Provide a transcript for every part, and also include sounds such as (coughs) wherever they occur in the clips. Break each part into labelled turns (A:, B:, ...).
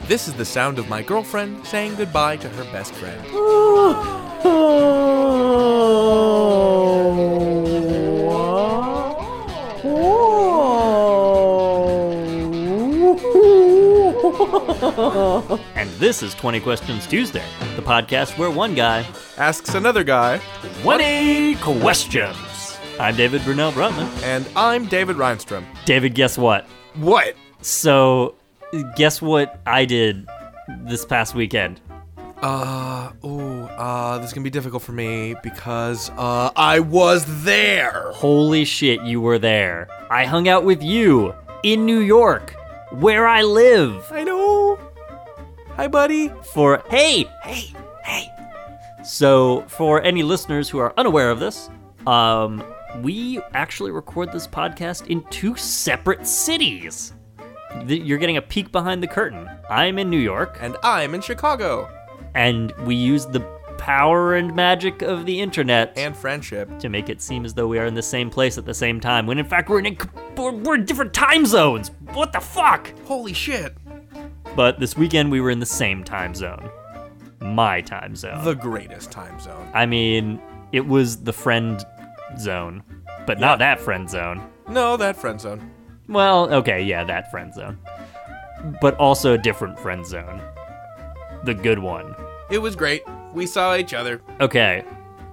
A: This is the sound of my girlfriend saying goodbye to her best friend.
B: And this is 20 Questions Tuesday, the podcast where one guy,
A: Asks another guy,
B: 20 questions. I'm David Brunel Brutman.
A: and I'm David Reinstrom.
B: David, guess what?
A: What?
B: So, guess what I did this past weekend?
A: Uh, ooh, uh, this is gonna be difficult for me because, uh, I was there.
B: Holy shit, you were there. I hung out with you in New York, where I live,
A: I know. Hi, buddy.
B: for hey, hey, hey. So, for any listeners who are unaware of this, um, we actually record this podcast in two separate cities. Th- You're getting a peek behind the curtain. I'm in New York,
A: And I'm in Chicago.
B: and we use the power and magic of the internet
A: And friendship.
B: to make it seem as though we are in the same place at the same time, when in fact we're in a, c- we're, we're in different time zones. What the fuck?
A: Holy shit.
B: But this weekend we were in the same time zone, my time zone.
A: The greatest time zone.
B: I mean, it was the friend zone, but not that friend zone.
A: No, that friend zone.
B: Well, okay, yeah, that friend zone, but also a different friend zone, the good one.
A: It was great. We saw each other.
B: Okay,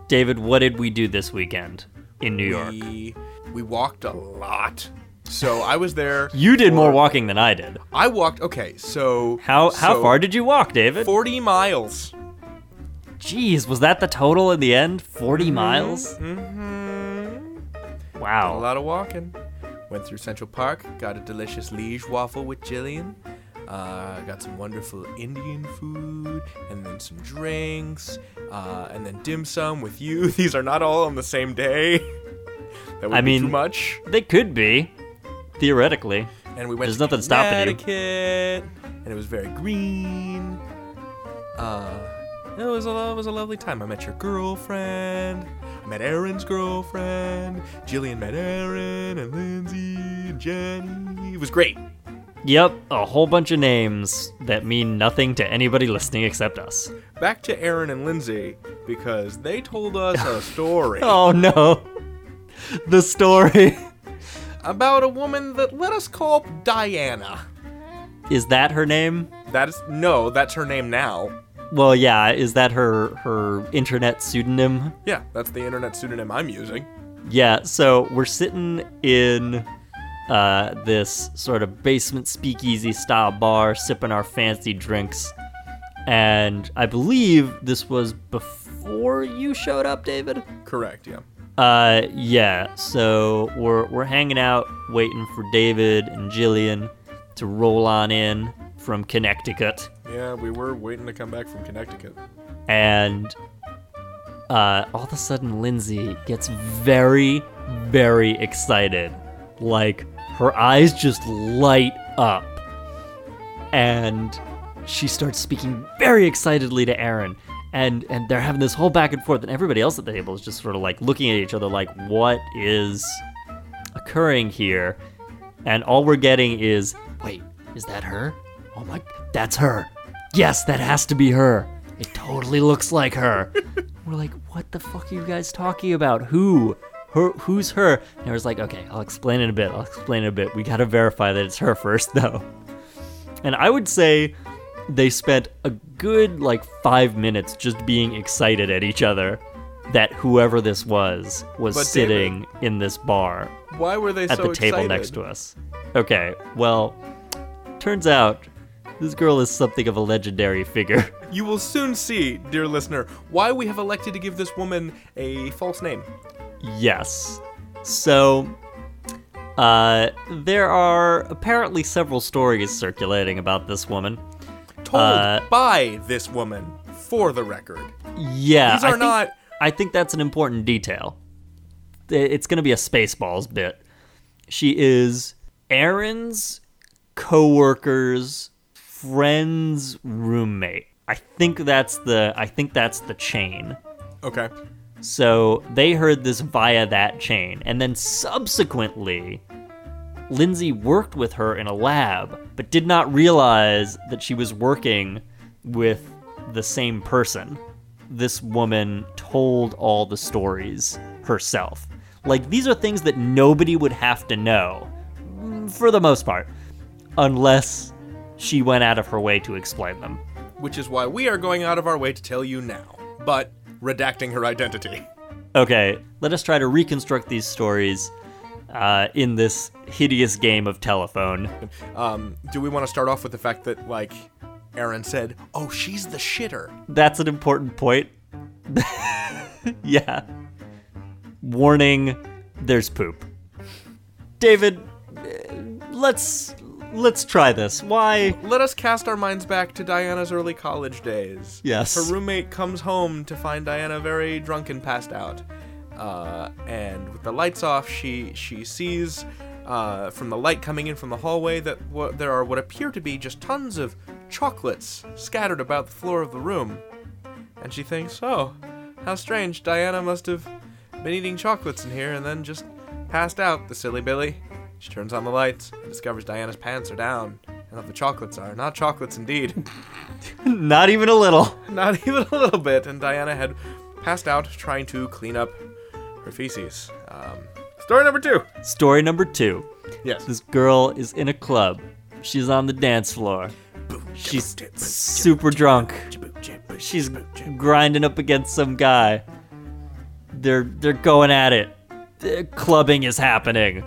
B: David, what did we do this weekend in New York?
A: We, we walked a lot. So I was there.
B: You did more walking than I did.
A: I walked. Okay, so
B: How how
A: so
B: far did you walk, David?
A: Forty miles.
B: Jeez, was that the total in the end? 40 miles? Mm-hmm.
A: Hmm, A
B: Wow.
A: lot of walking. Went through Central Park. Got a delicious liege waffle with Jillian. Uh, got some wonderful Indian food, and then some drinks, uh, and then dim sum with you. (laughs) These are not all on the same day. (laughs) That would
B: I
A: be
B: mean-
A: too much.
B: They could be, theoretically.
A: And we went.
B: There's
A: to
B: nothing stopping you.
A: Connecticut, and it was very green. Uh, it was a lo- it was a lovely time. I met your girlfriend. I met Aaron's girlfriend. Jillian met Aaron and Lindsay and Jenny. It was great.
B: Yep, a whole bunch of names that mean nothing to anybody listening except us.
A: Back to Aaron and Lindsay because they told us
B: (laughs)
A: a story
B: (laughs) Oh no. The story.
A: about a woman that let us call Diana.
B: (laughs) Is that her name?
A: That's no, that's her name now.
B: Well, yeah, is that her her internet pseudonym?
A: Yeah, that's the internet pseudonym I'm using.
B: Yeah, so we're sitting in uh, this sort of basement speakeasy style bar, sipping our fancy drinks. And I believe this was before you showed up, David.
A: Correct. Yeah.
B: Uh, yeah, so we're, we're hanging out, waiting for David and Jillian to roll on in from Connecticut.
A: Yeah, we were waiting to come back from Connecticut.
B: and uh, all of a sudden Lindsay gets very, very excited. Like her eyes just light up, and she starts speaking very excitedly to Aaron. And, and they're having this whole back and forth, and everybody else at the table is just sort of like looking at each other, like, what is occurring here? And all we're getting is, wait, is that her? Oh my, that's her. Yes, that has to be her. It totally looks like her. (laughs) We're like, what the fuck are you guys talking about? Who? Her, who's her? And I was like, okay, I'll explain in a bit. I'll explain in a bit. We gotta verify that it's her first, (laughs) though. And I would say they spent a good, like, five minutes just being excited at each other that whoever this was was
A: But David-
B: sitting in this bar
A: Why were they
B: at
A: so
B: the table
A: excited?
B: next to us. Okay, well, turns out this girl is something of a legendary figure. (laughs)
A: You will soon see, dear listener, why we have elected to give this woman a false name.
B: yes. So, uh, there are apparently several stories circulating about this woman.
A: Told
B: Uh,
A: by this woman, for the record.
B: Yeah,
A: These
B: I
A: are
B: think,
A: not-
B: I think that's an important detail. I- It's going to be a Spaceballs bit. She is Aaron's coworker's friend's roommate. I think that's the I think that's the chain.
A: Okay.
B: So they heard this via that chain, and then subsequently, Lindsay worked with her in a lab, but did not realize that she was working with the same person. This woman told all the stories herself. Like, these are things that nobody would have to know, mm, for the most part, unless she went out of her way to explain them.
A: which is why we are going out of our way to tell you now, but redacting her identity.
B: Okay, let us try to reconstruct these stories uh, in this hideous game of telephone.
A: Um, do we want to start off with the fact that, like, Aaron said, oh, she's the shitter?
B: That's an important point. (laughs) yeah. Warning, there's poop. David, eh, let's let's try this. Why? (laughs)
A: Let us cast our minds back to Diana's early college days.
B: Yes.
A: Her roommate comes home to find Diana very drunk and passed out. Uh, and with the lights off, she she sees uh, from the light coming in from the hallway that wha- there are what appear to be just tons of chocolates scattered about the floor of the room. And she thinks, oh, how strange. Diana must have been eating chocolates in here and then just passed out, the silly Billy. She turns on the lights and discovers Diana's pants are down and that the chocolates are. Not chocolates, indeed. (laughs)
B: Not even a little.
A: Not even a little bit. And Diana had passed out trying to clean up her feces. Um, story number two.
B: Story number 2.
A: Yes.
B: This girl is in a club. She's on the dance floor. She's super drunk. She's grinding up against some guy. They're they're going at it. The clubbing is happening.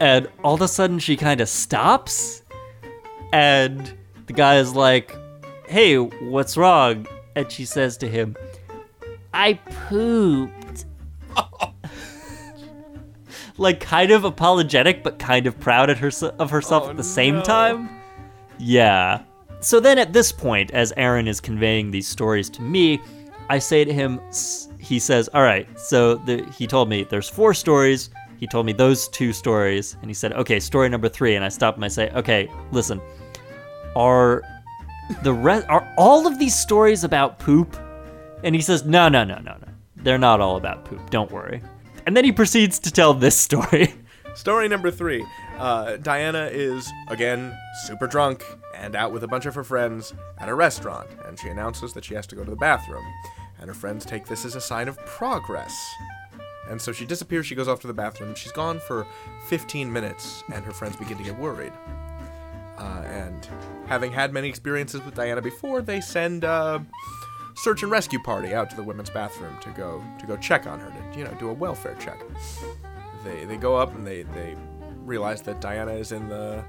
B: And all of a sudden she kind of stops and the guy is like, "Hey, what's wrong?" And she says to him, "I pooped." (laughs) like kind of apologetic but kind of proud at her, of herself
A: Oh,
B: at the same
A: no.
B: time. Yeah. So then at this point, as Aaron is conveying these stories to me, I say to him, s- he says, All right, so the, he told me there's four stories. He told me those two stories. And he said, Okay, story number three. And I stopped and I say, Okay, listen, are the rest are all of these stories about poop and he says no no no no no they're not all about poop don't worry and then he proceeds to tell this story (laughs)
A: Story number three. Uh, Diana is, again, super drunk and out with a bunch of her friends at a restaurant, and she announces that she has to go to the bathroom. And her friends take this as a sign of progress. And so she disappears, she goes off to the bathroom. She's gone for 15 minutes, and her friends begin to get worried. Uh, and having had many experiences with Diana before, they send a search and rescue party out to the women's bathroom to go to go check on her, to you know, do a welfare check they they go up and they they realize that Diana is in the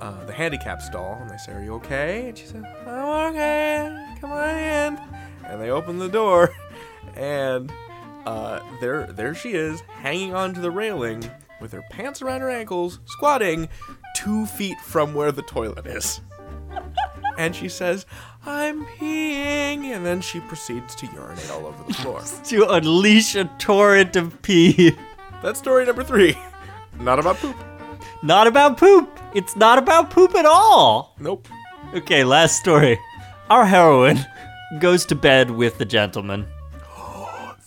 A: uh, the handicap stall and they say, "Are you okay?" And she says, "I'm okay. Come on in." And they open the door, (laughs) and uh, there there she is, hanging onto the railing with her pants around her ankles, squatting two feet from where the toilet is. And she says, "I'm peeing," and then she proceeds to urinate all over the floor.
B: to unleash a torrent of pee
A: That's story number three. Not about poop.
B: not about poop it's not about poop at all
A: Nope.
B: okay last story our heroine goes to bed with the gentleman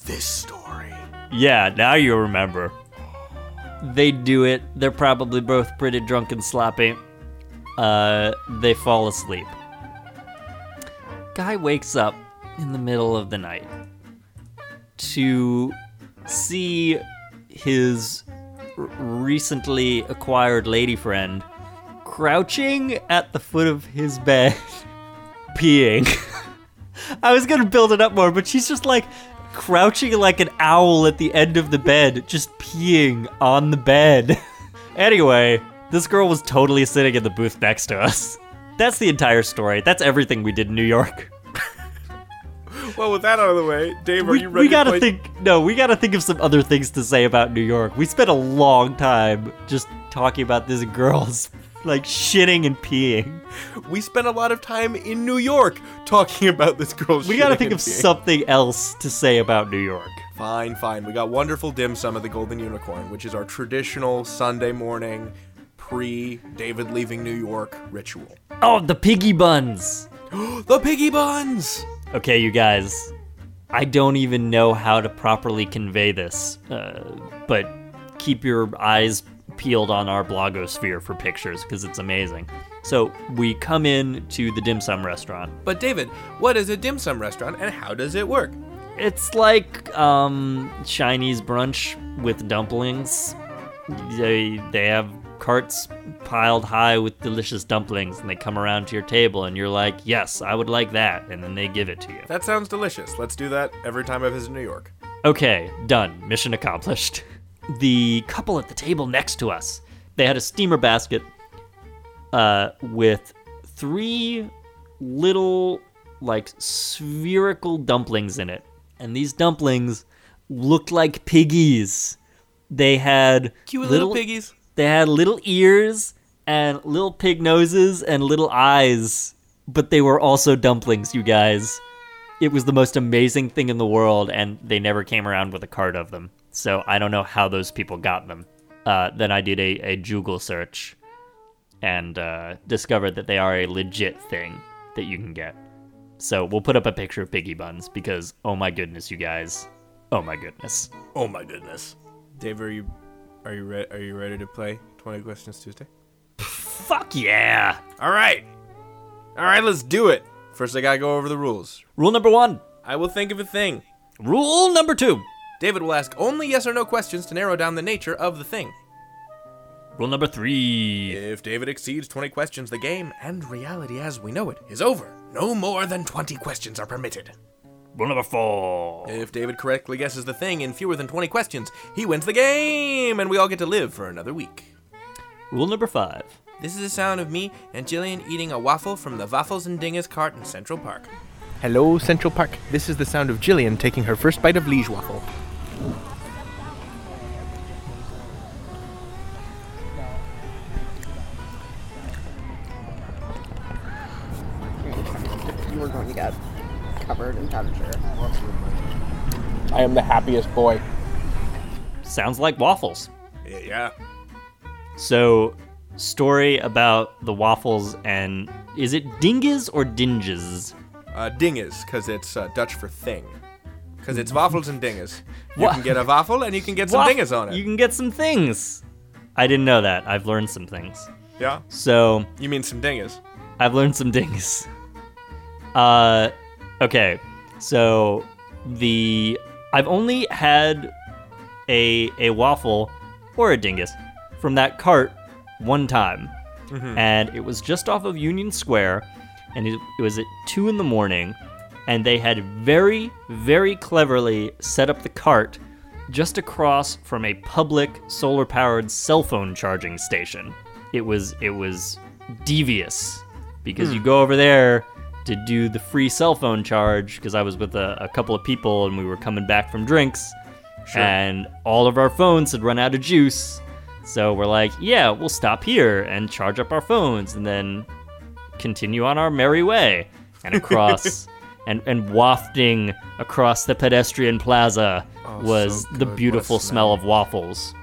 A: this story.
B: Yeah, now you remember. They do it. They're probably both pretty drunk and sloppy. Uh, they fall asleep. Guy wakes up in the middle of the night to see his r- recently acquired lady friend crouching at the foot of his bed, (laughs) peeing. I was gonna build it up more, but she's just like crouching like an owl at the end of the bed, just peeing on the bed. (laughs) anyway, this girl was totally sitting in the booth next to us. That's the entire story. That's everything we did in New York.
A: Well, with that out of the way, Dave, (laughs) are
B: We,
A: you ready?
B: we gotta
A: to play-
B: think. No, we gotta think of some other things to say about New York. We spent a long time just talking about this girl's like shitting and peeing.
A: We spent a lot of time in New York talking about this girl's.
B: We gotta
A: shitting
B: think
A: and
B: of
A: peeing.
B: something else to say about New York.
A: Fine, fine. We got wonderful dim sum at the Golden Unicorn, which is our traditional Sunday morning, pre David leaving New York ritual.
B: Oh, the piggy buns.
A: (gasps) The piggy buns.
B: Okay, you guys, I don't even know how to properly convey this, uh, but keep your eyes peeled on our blogosphere for pictures because it's amazing. So we come in to the dim sum restaurant.
A: But David, what is a dim sum restaurant and how does it work?
B: It's like um, Chinese brunch with dumplings. They they have carts piled high with delicious dumplings, and they come around to your table, and you're like, "Yes, I would like that," and then they give it to you.
A: That sounds delicious. Let's do that every time I visit New York.
B: Okay, done. Mission accomplished. (laughs) The couple at the table next to us, they had a steamer basket uh, with three little, like, spherical dumplings in it. And these dumplings looked like piggies. They had
A: Cute little, piggies.
B: They had little ears and little pig noses and little eyes, but they were also dumplings, you guys. It was the most amazing thing in the world, and they never came around with a cart of them. So I don't know how those people got them. Uh, then I did a, a Google search and uh, discovered that they are a legit thing that you can get. So we'll put up a picture of piggy buns because, oh my goodness, you guys. Oh my goodness.
A: Oh my goodness. Dave, are you are you re- are you ready to play 20 Questions Tuesday?
B: Fuck yeah!
A: All right. All right, let's do it. First I got to go over the rules.
B: Rule number one.
A: I will think of a thing.
B: Rule number two.
A: David will ask only yes or no questions to narrow down the nature of the thing.
B: Rule number three.
A: If David exceeds 20 questions, the game and reality as we know it is over. No more than 20 questions are permitted.
B: Rule number four.
A: If David correctly guesses the thing in fewer than 20 questions, he wins the game and we all get to live for another week.
B: Rule number five.
A: This is the sound of me and Jillian eating a waffle from the Waffles and Dingas cart in Central Park. Hello, Central Park. This is the sound of Jillian taking her first bite of liege waffle.
C: You are going to get covered in temperature.
D: I am the happiest boy.
B: Sounds like waffles.
A: Yeah.
B: So, story about the waffles and is it dinges or dinges?
A: Uh, dingas, because it's uh, Dutch for thing. Because it's waffles and dingas. You
B: Wha-
A: can get a waffle and you can get some
B: Waff-
A: dingas on it.
B: You can get some things. I didn't know that. I've learned some things.
A: yeah?
B: So,
A: You mean some dingas?
B: I've learned some things. Uh, okay. So the I've only had a a waffle or a dingus from that cart one time, and it was just off of Union Square, and it, it was at two in the morning, and they had very very cleverly set up the cart just across from a public solar powered cell phone charging station. It was it was devious because you go over there to do the free cell phone charge because I was with a, a couple of people and we were coming back from drinks and all of our phones had run out of juice. So we're like, yeah, we'll stop here and charge up our phones and then continue on our merry way
A: (laughs)
B: and across and, and wafting across the pedestrian plaza was
A: Oh, so
B: the
A: good. What a
B: beautiful
A: smell.
B: smell of waffles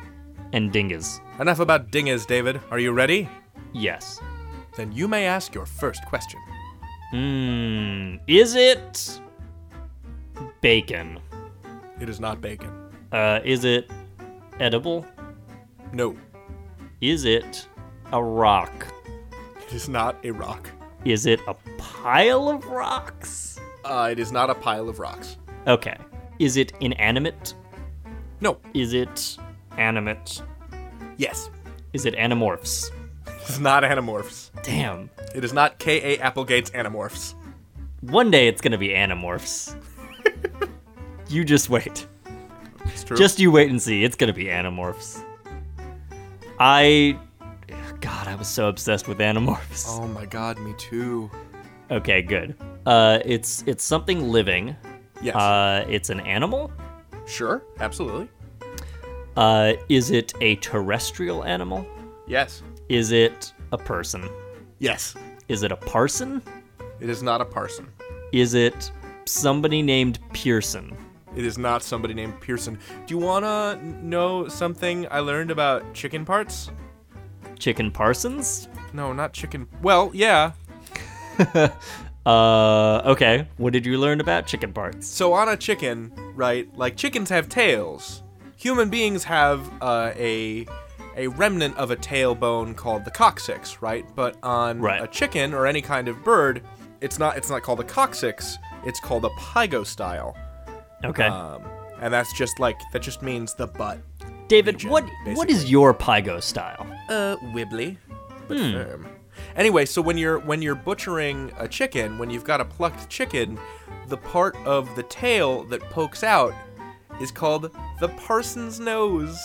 B: and dingas.
A: Enough about dingas, David. Are you ready?
B: Yes.
A: Then you may ask your first question.
B: Mmm. Is it bacon?
A: It is not bacon.
B: Uh, is it edible?
A: No,
B: Is it a rock?
A: it is not a rock.
B: Is it a pile of rocks?
A: Uh, it is not a pile of rocks.
B: Okay. Is it inanimate?
A: No.
B: Is it animate?
A: Yes.
B: Is it anamorphs?
A: It is not Animorphs.
B: Damn.
A: It is not K.A. Applegate's Animorphs.
B: One day it's gonna be anamorphs. (laughs) you just wait.
A: It's true.
B: Just you wait and see. It's gonna be anamorphs. I. God, I was so obsessed with anamorphs.
A: Oh my god, me too.
B: Okay, good. Uh, it's it's something living.
A: Yes.
B: Uh, it's an animal.
A: sure. Absolutely.
B: Uh, is it a terrestrial animal?
A: Yes.
B: Is it a person?
A: Yes.
B: Is it a parson?
A: It is not a parson.
B: Is it somebody named Pearson?
A: It is not somebody named Pearson. Do you wanna know something I learned about chicken parts?
B: Chicken Parsons?
A: No, not chicken. Well, yeah.
B: Uh, okay. What did you learn about chicken parts?
A: So on a chicken, right? Like chickens have tails. Human beings have uh, a a remnant of a tailbone called the coccyx, right? But on
B: Right.
A: a chicken or any kind of bird, it's not it's not called the coccyx. It's called a pygostyle,
B: Okay.
A: um, and that's just like that just means the butt.
B: David,
A: region,
B: what what is
A: basically.
B: your pygo style?
A: Uh, wibbly, but firm. Anyway, so when you're when you're butchering a chicken, when you've got a plucked chicken, the part of the tail that pokes out is called the parson's nose.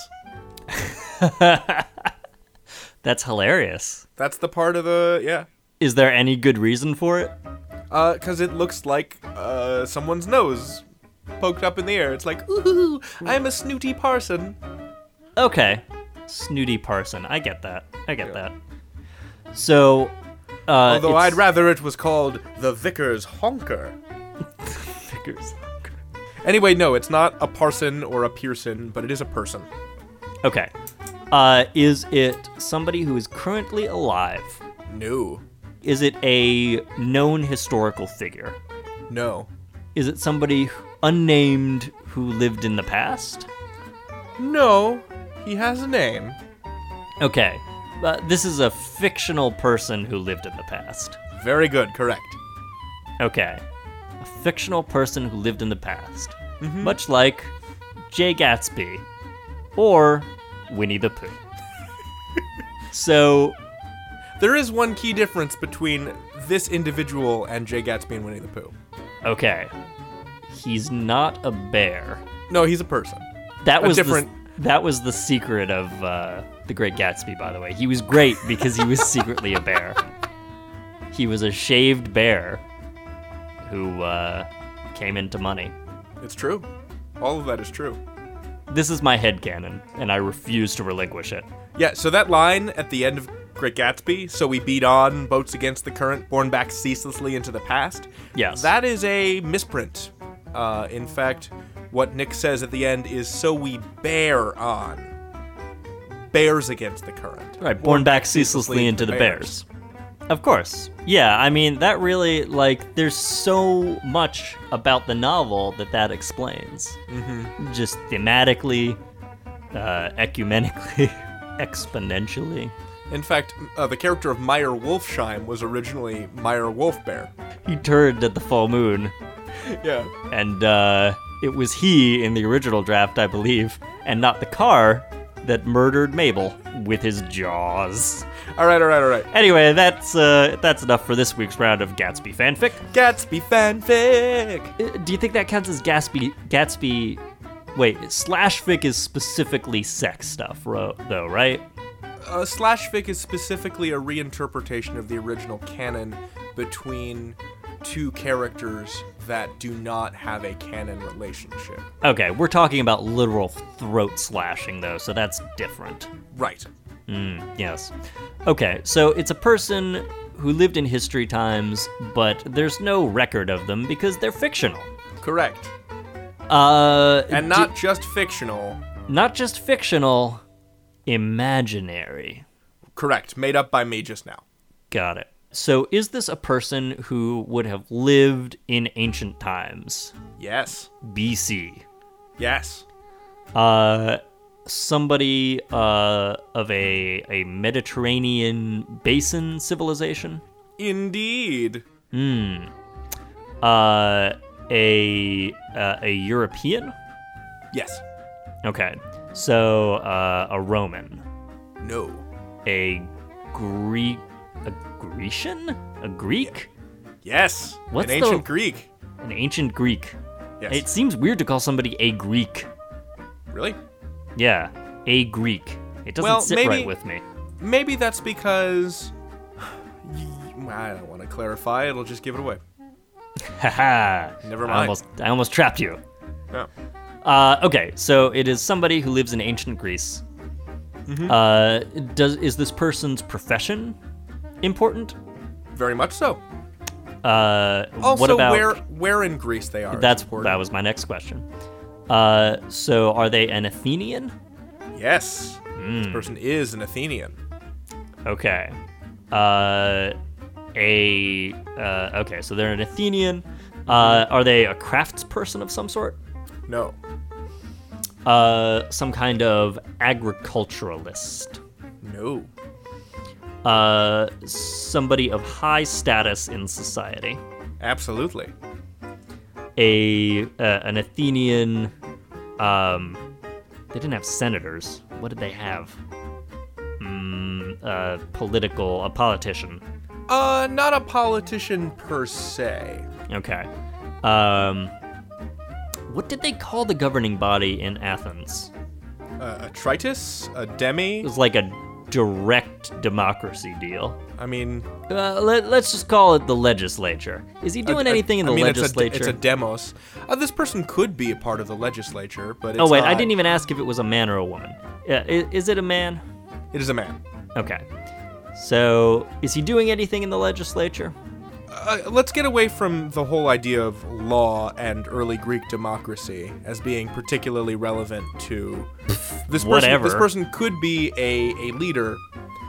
B: That's hilarious.
A: That's the part of the yeah.
B: Is there any good reason for it?
A: Uh, cause it looks like uh someone's nose poked up in the air. It's like ooh, I'm a snooty parson.
B: Okay. Snooty parson. I get that. I get that. So uh
A: Although I'd
B: it's-
A: rather it was called the vicar's honker.
B: figures.
A: Anyway, no, it's not a parson or a Pearson, but it is a person.
B: Okay. Uh is it somebody who is currently alive?
A: No,
B: Is it a known historical figure?
A: no.
B: Is it somebody wh- unnamed who lived in the past?
A: No, he has a name.
B: Okay. Uh, this is a fictional person who lived in the past.
A: Very good, correct.
B: Okay. A fictional person who lived in the past. Much like Jay Gatsby or Winnie the Pooh. so,
A: There is one key difference between this individual and Jay Gatsby and Winnie the Pooh.
B: okay. He's not a bear.
A: No, he's a person.
B: That
A: A
B: was
A: different-
B: The, that was the secret of uh, the Great Gatsby, by the way. He was great because
A: (laughs)
B: he was secretly a bear. He was a shaved bear who uh, came into money.
A: It's true. All of that is true.
B: This is my headcanon, and I refuse to relinquish it.
A: Yeah, so that line at the end of Great Gatsby, so we beat on, boats against the current, borne back ceaselessly into the past.
B: Yes.
A: That is a misprint. Uh, in fact, what Nick says at the end is so we bear on. Bears against the current.
B: Right, born back ceaselessly into the bears. Of course. Yeah, I mean, that really, like, there's so much about the novel that that explains. Mm-hmm. Just thematically, uh, ecumenically, (laughs) exponentially.
A: In fact, uh, the character of Meyer Wolfsheim was originally Meyer
B: (laughs)
A: Wolfbear.
B: He turned at the full moon,
A: Yeah.
B: and uh, it was he in the original draft, I believe, and not the car that murdered Mabel with his jaws.
A: All right, all right, all right.
B: Anyway, that's uh, that's enough for this week's round of Gatsby fanfic.
A: Gatsby fanfic.
B: Uh, do you think that counts as Gatsby? Gatsby, wait, slash fic is specifically sex stuff, ro- though, right?
A: Uh, slash fic is specifically a reinterpretation of the original canon between two characters that do not have a canon relationship.
B: Okay, we're talking about literal throat slashing though, so that's different.
A: Right.
B: Mm, yes. Okay, so it's a person who lived in history times, but there's no record of them because they're fictional.
A: Correct.
B: Uh,
A: And not just fictional.
B: not just fictional, imaginary.
A: Correct. Made up by me just now.
B: Got it. So is this a person who would have lived in ancient times?
A: Yes.
B: BC.
A: Yes.
B: Uh, somebody uh, of a a Mediterranean basin civilization.
A: Indeed.
B: Uh, a uh, a European.
A: Yes.
B: Okay, so uh, a Roman,
A: No.
B: a Greek, a Grecian, a Greek,
A: Yes.
B: What's
A: An ancient
B: the-
A: Greek.
B: an ancient Greek.
A: Yes.
B: It seems weird to call somebody a Greek.
A: Really?
B: Yeah, a Greek. It doesn't
A: Well,
B: sit
A: maybe-
B: right with me. (laughs)
A: Maybe that's because. (sighs) I don't want to clarify. It'll just give it away.
B: Haha.
A: Never
B: I
A: mind.
B: almost, I almost trapped you.
A: Yeah.
B: Uh, okay, so it is somebody who lives in ancient Greece.
A: Mm-hmm.
B: Uh, does is this person's profession important?
A: Very much so.
B: Uh,
A: Also,
B: what about
A: where where in Greece they are? is
B: that's
A: important.
B: that was my next question. Uh, so are they an Athenian?
A: Yes. This
B: Hmm.
A: person is an Athenian.
B: Okay. Uh, a uh, okay, so they're an Athenian. Uh,
A: Mm-hmm.
B: are they a craftsperson of some sort?
A: No.
B: Uh, some kind of agriculturalist.
A: No.
B: Uh, somebody of high status in society.
A: Absolutely.
B: a uh, an Athenian. Um, they didn't have senators. What did they have? Mm, a political, a politician.
A: Uh, not a politician per se.
B: Okay. Um, what did they call the governing body in Athens?
A: Uh, a Tritus? A
B: It
A: Demi?
B: was like a direct democracy deal.
A: I mean,
B: Uh, let, let's just call it the legislature. Is he doing
A: I- I-
B: anything in
A: I
B: the
A: mean, it's a-
B: legislature?
A: It's a, demos. Uh, this person could be a part of the legislature, but it's
B: oh wait, I
A: not.
B: didn't even ask if it was a man or a woman. Uh, is, is it a man?
A: It is a man.
B: Okay. So, is he doing anything in the legislature?
A: Uh, let's get away from the whole idea of law and early Greek democracy as being particularly relevant to this person.
B: whatever.
A: This person could be a, a leader,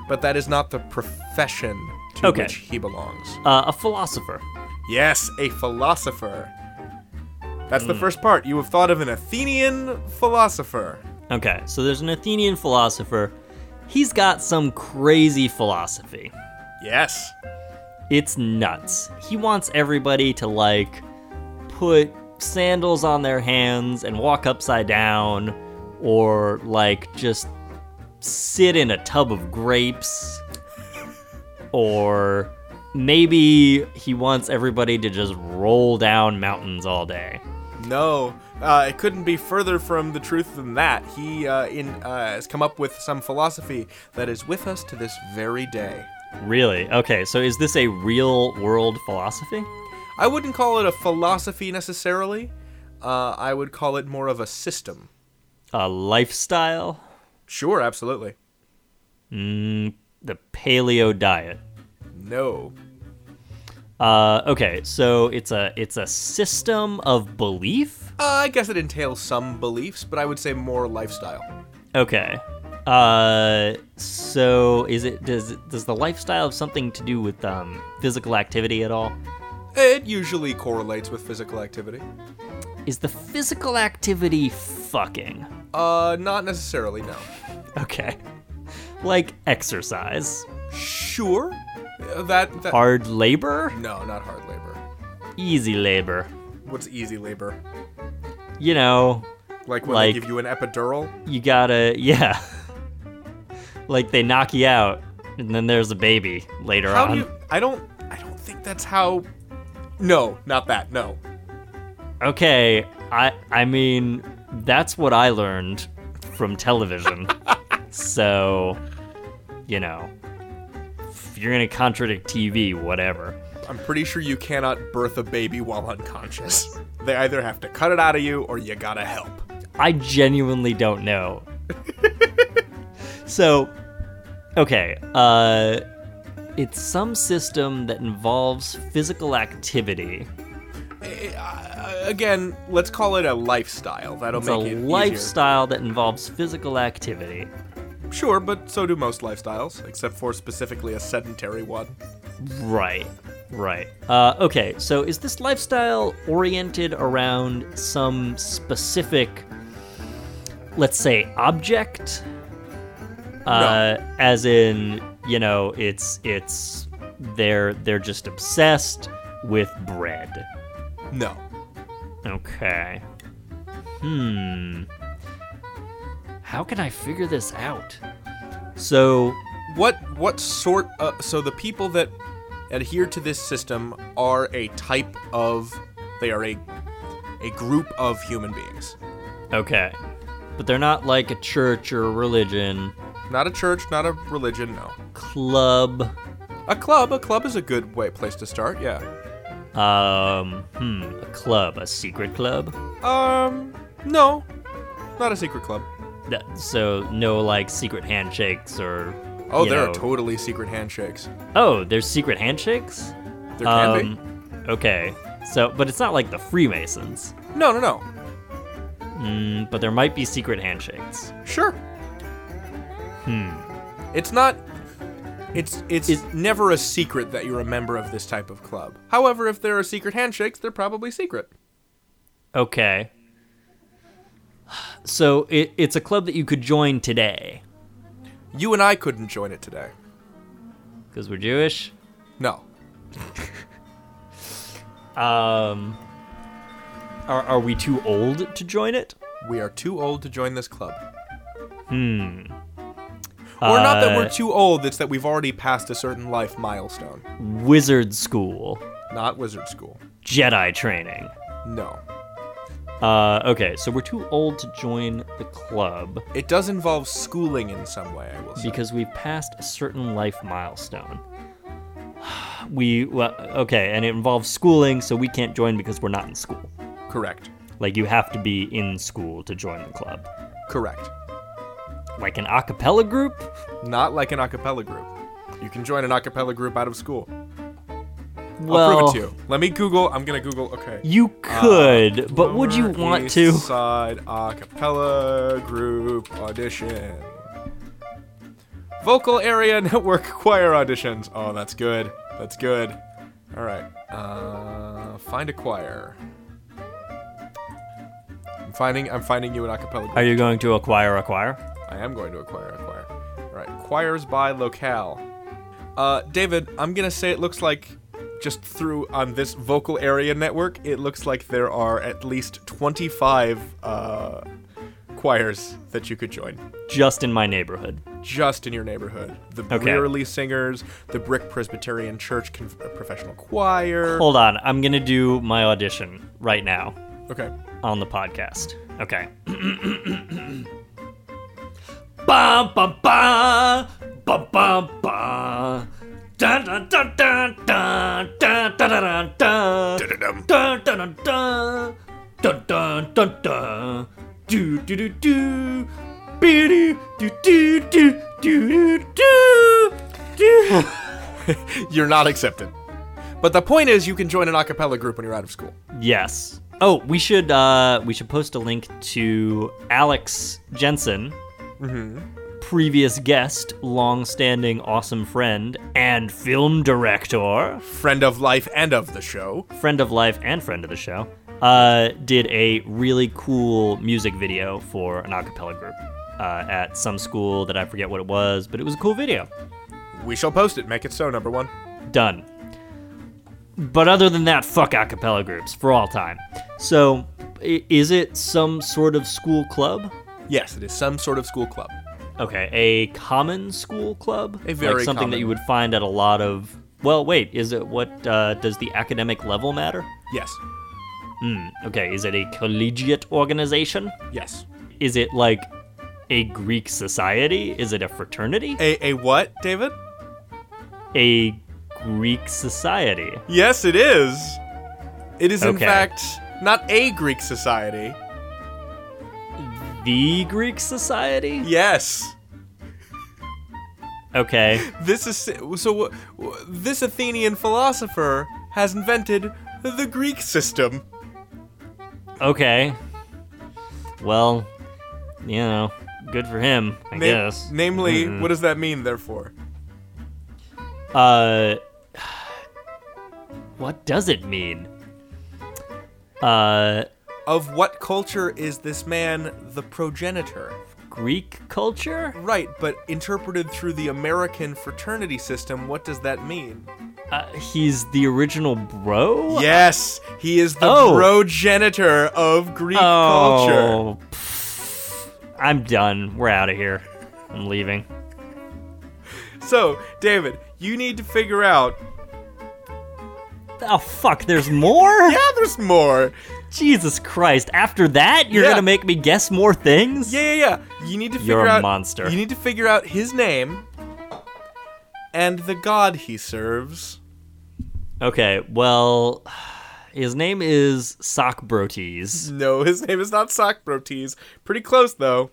A: but that is not the profession to
B: Okay.
A: which he belongs.
B: Uh, a philosopher.
A: Yes, a philosopher. That's
B: Mm.
A: the first part. You have thought of an Athenian philosopher.
B: Okay, so there's an Athenian philosopher. He's got some crazy philosophy.
A: Yes.
B: It's nuts. He wants everybody to, like, put sandals on their hands and walk upside down, or, like, just sit in a tub of grapes, or maybe he wants everybody to just roll down mountains all day.
A: No, uh, it couldn't be further from the truth than that. He uh, in, uh, has come up with some philosophy that is with us to this very day.
B: Really? Okay, so is this a real world philosophy?
A: I wouldn't call it a philosophy necessarily. Uh, I would call it more of a system.
B: A lifestyle? Hmm,
A: Sure, absolutely.
B: The paleo diet.
A: No.
B: Uh, okay, so it's a it's a system of belief?
A: Uh, I guess it entails some beliefs, but I would say more lifestyle.
B: Okay. Uh so is it does it- does the lifestyle have something to do with um physical activity at all?
A: It usually correlates with physical activity.
B: Is the physical activity fucking?
A: Uh, not necessarily, no.
B: Okay. (laughs) Like exercise,
A: Sure. Uh, That, that
B: hard labor,
A: No, not hard labor.
B: easy labor.
A: What's easy labor?
B: You know,
A: Like when
B: Like-
A: they give you an epidural?
B: you gotta (laughs) yeah like they knock you out and then there's a baby later
A: How
B: on
A: do you I don't I don't think that's how No, not that. No.
B: okay i i mean that's what i learned from
A: (laughs)
B: television so you know if you're gonna contradict tv whatever
A: I'm pretty sure you cannot birth a baby while unconscious. They either have to cut it out of you or you got to help.
B: I genuinely don't
A: (laughs)
B: know. so, okay, uh, it's some system that involves physical activity.
A: Uh, again, let's call it a lifestyle. That'll
B: It's a
A: make it easier.
B: lifestyle that involves physical activity.
A: Sure, but so do most lifestyles, except for specifically a sedentary one.
B: Right, right. Uh, okay, so is this lifestyle oriented around some specific, let's say, object? Uh, As in, you know, it's it's they're they're just obsessed with bread.
A: No.
B: Okay. Hmm. How can I figure this out? So
A: What what sort of so the people that adhere to this system are a type of they are a a group of human beings.
B: Okay. But they're not like a church or a religion
A: Not a church, not a religion, no.
B: club.
A: A club, a club is a good way place to start, yeah.
B: Um, hmm, a club, a secret club.
A: Um no. Not a secret club.
B: That, so no like secret handshakes or.
A: Oh,
B: you
A: there
B: know-
A: are totally secret handshakes.
B: Oh, there's secret handshakes.
A: There can be.
B: um, okay. So, but it's not like the Freemasons.
A: No, no, no.
B: Mm, but there might be secret handshakes.
A: Sure. Hmm. It's not. It's it's
B: Is-
A: never a secret that you're a member of this type of club. However, if there are secret handshakes, they're probably secret.
B: Okay. So it, it's a club that you could join today.
A: You and I couldn't join it today.
B: because we're Jewish.
A: No.
B: Um, are, are we too old to join it?
A: We are too old to join this club. Hmm. Or not that
B: Uh,
A: we're too old, it's that we've already passed a certain life milestone.
B: Wizard school,
A: Not wizard school.
B: Jedi training.
A: No.
B: Uh, okay, so we're too old to join the club
A: It does involve schooling in some way, I will say.
B: because we've passed a certain life milestone. (sighs) We well, okay, and it involves schooling, so we can't join because we're not in school.
A: Correct.
B: Like you have to be in school to join the club.
A: Correct.
B: Like an a cappella group?
A: Not like an a cappella group. You can join an a cappella group out of school.
B: Well,
A: I'll prove it to you. Let me Google. I'm going to Google. Okay.
B: you could, but would you
A: Lower
B: want
A: East
B: to?
A: Side a cappella group audition. Vocal area (laughs) network choir auditions. Oh, that's good. That's good. All right. Uh, find a choir. I'm finding. I'm finding you an a cappella group.
B: Are you going to acquire a choir?
A: I am going to acquire a choir. All right. Choirs by locale. Uh, David, I'm gonna say it looks like just through on this vocal area network, it looks like there are at least 25 uh, choirs that you could join,
B: Just in my neighborhood.
A: just in your neighborhood. The
B: Okay.
A: Brearley Singers, the Brick Presbyterian Church Con- uh, Professional Choir.
B: Hold on, I'm gonna do my audition right now
A: Okay.
B: on the podcast. Okay. (coughs) ba ba ba ba ba ba. Da da da da da da da da da da da da da da da da da da do do do do do do do do do do do.
A: (laughs) You're not accepted. But the point is, you can join an a cappella group when you're out of school.
B: Yes. Oh, we should uh, we should post a link to Alex Jensen, Mm-hmm. previous guest, long-standing awesome friend, and film director,
A: Friend of life and of the show.
B: friend of life, and friend of the show. Uh, did a really cool music video for an a cappella group uh, at some school that I forget what it was, but it was a cool video.
A: We shall post it. Make it so, number one.
B: Done. But other than that, fuck a cappella groups for all time. So, i- is it some sort of school club?
A: Yes, it is some sort of school club.
B: Okay, a common school club?
A: A very
B: like something that
A: common.
B: you would find at a lot of. Well, wait, is it what uh, does the academic level matter? Hmm,
A: Yes.
B: Okay, is it a collegiate organization?
A: Yes.
B: Is it like a Greek society? Is it a fraternity?
A: A a what, David?
B: A Greek society.
A: Yes, it is. It is in
B: Okay.
A: fact not a Greek society.
B: The Greek society?
A: Yes.
B: Okay.
A: This is so wh- wh- this Athenian philosopher has invented the Greek system.
B: Okay. Well, you know, good for him, I
A: Na-
B: guess.
A: Namely,
B: Mm-hmm.
A: what does that mean therefore?
B: Uh, what does it mean? Uh,
A: Of what culture is this man the progenitor?
B: Greek culture?
A: Right, but interpreted through the American fraternity system, what does that mean?
B: Uh, he's the original bro?
A: Yes, he is the
B: Oh.
A: progenitor of Greek culture.
B: Oh, pff, I'm done. We're out of here. I'm leaving.
A: So, David, you need to figure out.
B: Oh fuck! There's
A: (laughs)
B: more.
A: Yeah, there's more.
B: Jesus Christ! After that, you're
A: Yeah.
B: gonna make me guess more things?
A: Yeah, yeah, yeah. You need to figure
B: You're a
A: out.
B: monster.
A: You need to figure out his name and the god he serves.
B: Okay. Well, his name is Sockbrotes.
A: No, his name is not Socrates. Pretty close though.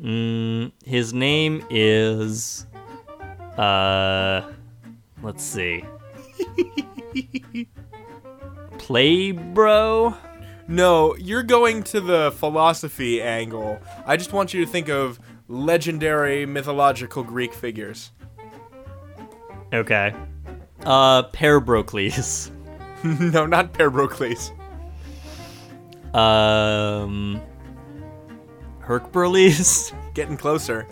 B: Mm, his name is. Uh,
A: (laughs)
B: let's see. Playbro.
A: No, you're going to the philosophy angle. I just want you to think of legendary mythological Greek figures. (laughs)
B: Okay. Uh, Per Brocles.
A: no, not Pericles.
B: Um, Hercules.
A: Getting closer.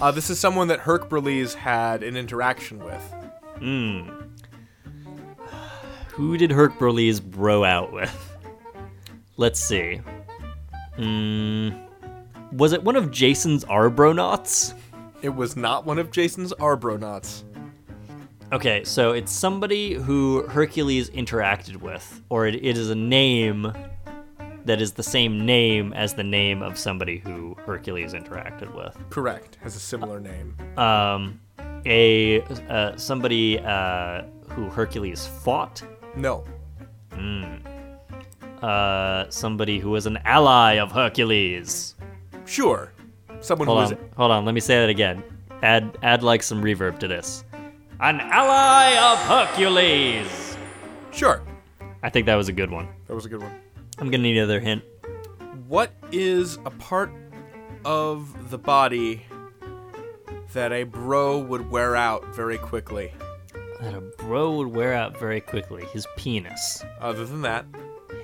A: Uh, this is someone that Herc Berlies had an interaction with.
B: (laughs) Who did Herc Burley's bro out with? Let's see. Hmm. Was it one of Jason's Arbronauts?
A: It was not one of Jason's Arbronauts.
B: Okay, so it's somebody who Hercules interacted with, or it, it is a name that is the same name as the name of somebody who Hercules interacted with.
A: Correct. Has a similar name.
B: Um, a uh, somebody uh, who Hercules fought.
A: No.
B: Uh, somebody who was an ally of Hercules.
A: Sure. Someone
B: Hold
A: who
B: on,
A: is
B: hold on. Let me say that again. Add, add like some reverb to this. An ally of Hercules.
A: Sure.
B: I think that was a good one.
A: That was a good one.
B: I'm gonna need another hint.
A: What is a part of the body that a bro would wear out very quickly?
B: That a bro would wear out very quickly. His penis.
A: Other than that,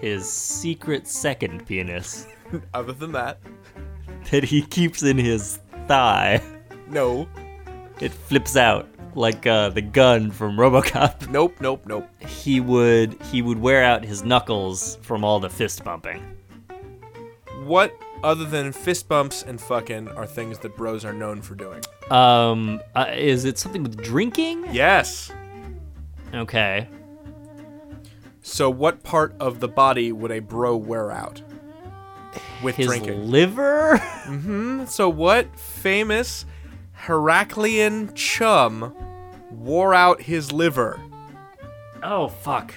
B: His secret second penis (laughs)
A: other than that,
B: that he keeps in his thigh.
A: no,
B: It flips out like uh, the gun from (laughs) RoboCop.
A: nope, nope, nope.
B: He would he would wear out his knuckles from all the fist bumping.
A: What other than fist bumps and fucking are things that bros are known for doing?
B: Um, uh, is it something with drinking?
A: Yes.
B: Okay.
A: So what part of the body would a bro wear out with
B: His
A: drinking?
B: liver? (laughs)
A: so what famous Heraclean chum wore out his liver?
B: oh fuck.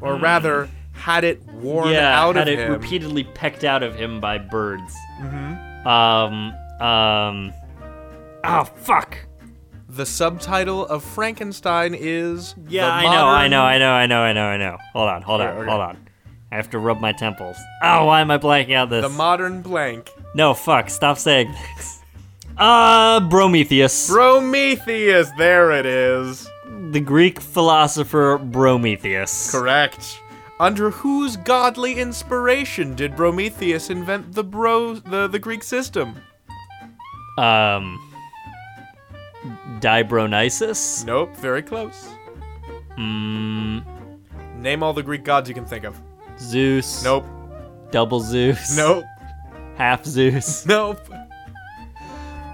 A: Or rather, had it worn
B: Hmm. yeah,
A: out
B: had
A: of
B: it
A: him.
B: repeatedly pecked out of him by birds. Mm-hmm. Um, um. Oh fuck.
A: the subtitle of Frankenstein is
B: Yeah,
A: the
B: I know, I
A: modern-
B: know, I know, I know, I know, I know. Hold on, hold on,
A: Okay, okay.
B: hold on. I have to rub my temples. Oh, why am I blanking out this?
A: The modern blank.
B: no, fuck. Stop saying this. (laughs) Uh, Prometheus.
A: Prometheus, there it is.
B: the Greek philosopher Prometheus.
A: Correct. Under whose godly inspiration did Prometheus invent the bro the, the Greek system?
B: Um. Dibronisus?
A: Nope, very close.
B: Mm,
A: Name all the Greek gods you can think of.
B: Zeus?
A: Nope.
B: Double Zeus?
A: Nope.
B: (laughs) Half Zeus?
A: Nope.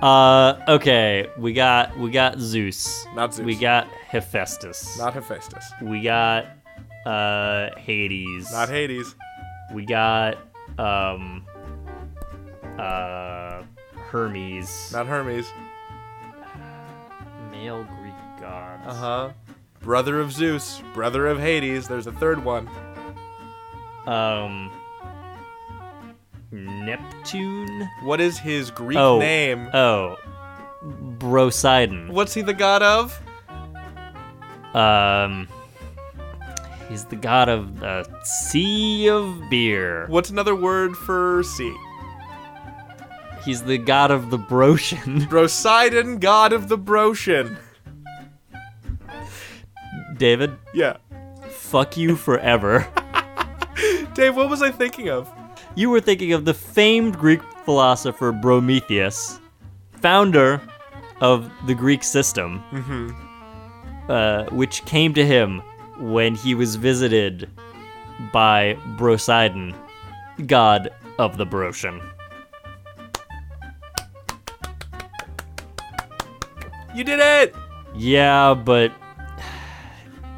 B: Uh, okay, we got we got Zeus.
A: Not Zeus.
B: We got Hephaestus.
A: Not Hephaestus.
B: we got uh Hades.
A: Not Hades.
B: we got um uh Hermes.
A: Not Hermes.
B: Male Greek gods.
A: Uh huh. Brother of Zeus. Brother of Hades. There's a third one.
B: Um Neptune.
A: What is his Greek
B: oh.
A: name?
B: Oh. Brosidon.
A: What's he the god of?
B: Um He's the god of the sea of beer.
A: What's another word for sea?
B: He's the god of the Broshan.
A: Brosidon, god of the Broshan.
B: (laughs) David,
A: Yeah.
B: fuck you forever. (laughs)
A: Dave, what was I thinking of?
B: you were thinking of the famed Greek philosopher Prometheus, founder of the Greek system, uh, which came to him when he was visited by Brosidon, god of the Broshan.
A: You did it!
B: Yeah, but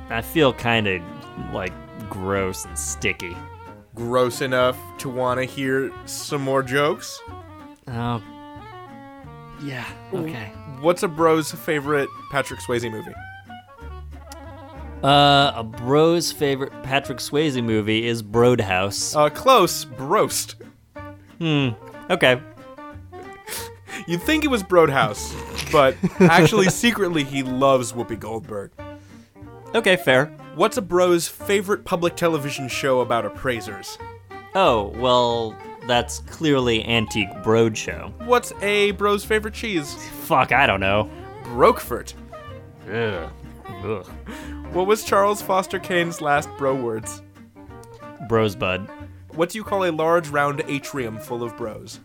B: I feel kind of like gross and sticky.
A: Gross enough to want to hear some more jokes?
B: Oh. Yeah, okay.
A: What's a bro's favorite Patrick Swayze movie?
B: Uh, a bro's favorite Patrick Swayze movie is Broadhouse.
A: Uh, close, Brost.
B: Okay.
A: You'd think it was Broadhouse, but actually, secretly, he loves Whoopi Goldberg.
B: Okay, fair.
A: What's a bro's favorite public television show about appraisers?
B: Oh, well, that's clearly Antique Broad Show.
A: What's a bro's favorite cheese?
B: Fuck, I don't know.
A: Brokefort.
B: Ugh. Ugh.
A: What was Charles Foster Kane's last bro words?
B: Brosbud.
A: What do you call a large round atrium full of bros?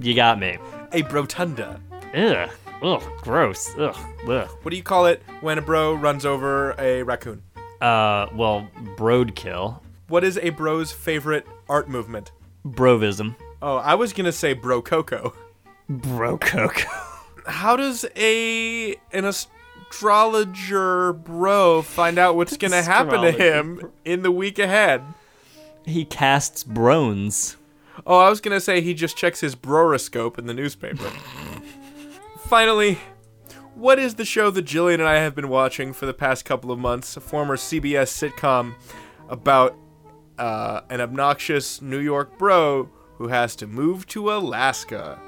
B: You got me.
A: a brotunda.
B: Ugh. Ugh. Gross. Ugh. Ugh.
A: What do you call it when a bro runs over a raccoon?
B: Uh, well, broadkill.
A: What is a bro's favorite art movement?
B: Brovism.
A: Oh, I was gonna say bro coco. (laughs)
B: Bro coco.
A: How does a an astrologer bro find out what's gonna happen to him in the week ahead?
B: He casts brones.
A: Oh, I was gonna say he just checks his broroscope in the newspaper. Finally, what is the show that Jillian and I have been watching for the past couple of months? A former CBS sitcom about uh, an obnoxious New York bro who has to move to Alaska.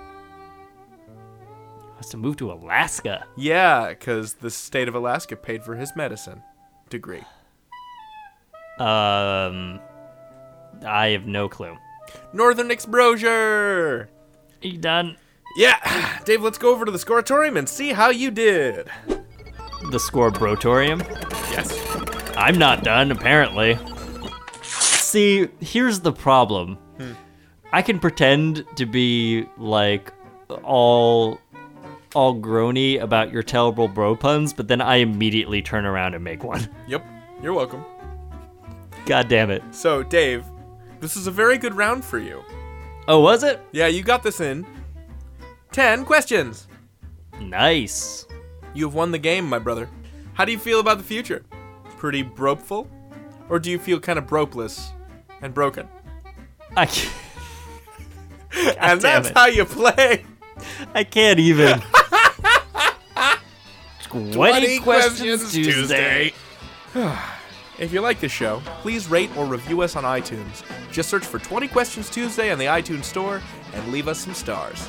B: Has to move to Alaska.
A: Yeah, because the state of Alaska paid for his medicine degree.
B: Um, I have no clue.
A: Northern exposure!
B: You done?
A: Yeah, (sighs) Dave, let's go over to the scoratorium and see how you did.
B: The score brotorium.
A: Yes.
B: I'm not done, apparently. See, here's the problem. I can pretend to be like all all groany about your terrible bro puns, but then I immediately turn around and make one. (laughs)
A: Yep, you're welcome.
B: God damn it.
A: So, Dave, this is a very good round for you.
B: Oh, was it?
A: Yeah, you got this in 10 questions.
B: Nice.
A: You have won the game, my brother. How do you feel about the future? Pretty bropeful? Or do you feel kind of bropeless and broken?
B: I can't,
A: and
B: Ah, damn
A: that's
B: it.
A: how you play.
B: I
A: (laughs)
B: can't even. 20,
A: if you like this show, please rate or review us on iTunes. Just search for 20 Questions Tuesday on the iTunes Store and leave us some stars.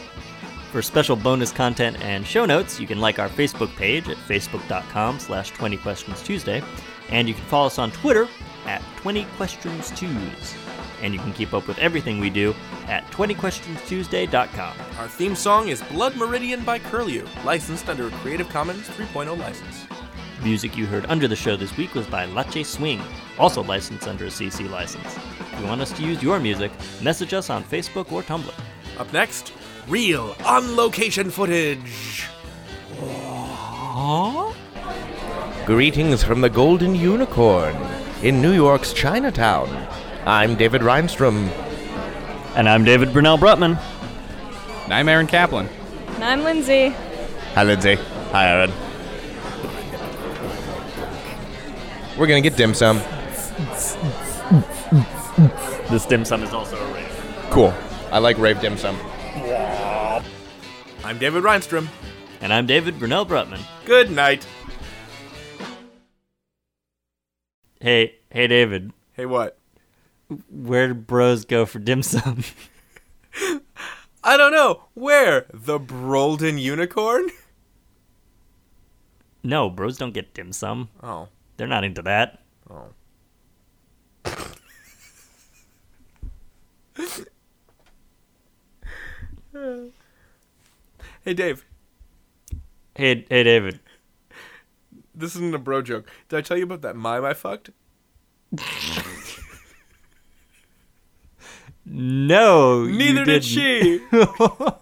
B: For special bonus content and show notes, you can like our Facebook page at facebook.com slash 20 Questions Tuesday, and you can follow us on Twitter at 20 Questions Tues. And you can keep up with everything we do at 20questionstuesday.com.
A: Our theme song is Blood Meridian by Curlew, licensed under a Creative Commons 3.0 license.
B: Music you heard under the show this week was by Lache Swing, also licensed under a CC license. If you want us to use your music, message us on Facebook or Tumblr.
A: Up next, real on location footage.
E: Greetings from the Golden Unicorn in New York's Chinatown. I'm David Reinstrom.
B: And I'm David Brunel Brutman.
F: And I'm Aaron Kaplan.
G: And I'm Lindsay.
E: Hi, Lindsay. Hi, Aaron. We're gonna get dim sum.
B: This dim sum is also a rave.
E: Cool. I like rave dim sum.
A: I'm David Reinstrom.
B: And I'm David Brunel Brutman.
A: Good night.
B: Hey, hey, David.
A: Hey, what?
B: Where do bros go for dim sum?
A: I don't know. Where? The Brolden Unicorn?
B: (laughs)
A: (laughs)
B: no, bros don't get dim sum.
A: Oh.
B: They're not into that.
A: Hey, Dave.
B: Hey, hey, David.
A: This isn't a bro joke. Did I tell you about that mime I fucked?
B: No, you
A: Neither did
B: didn't.
A: she.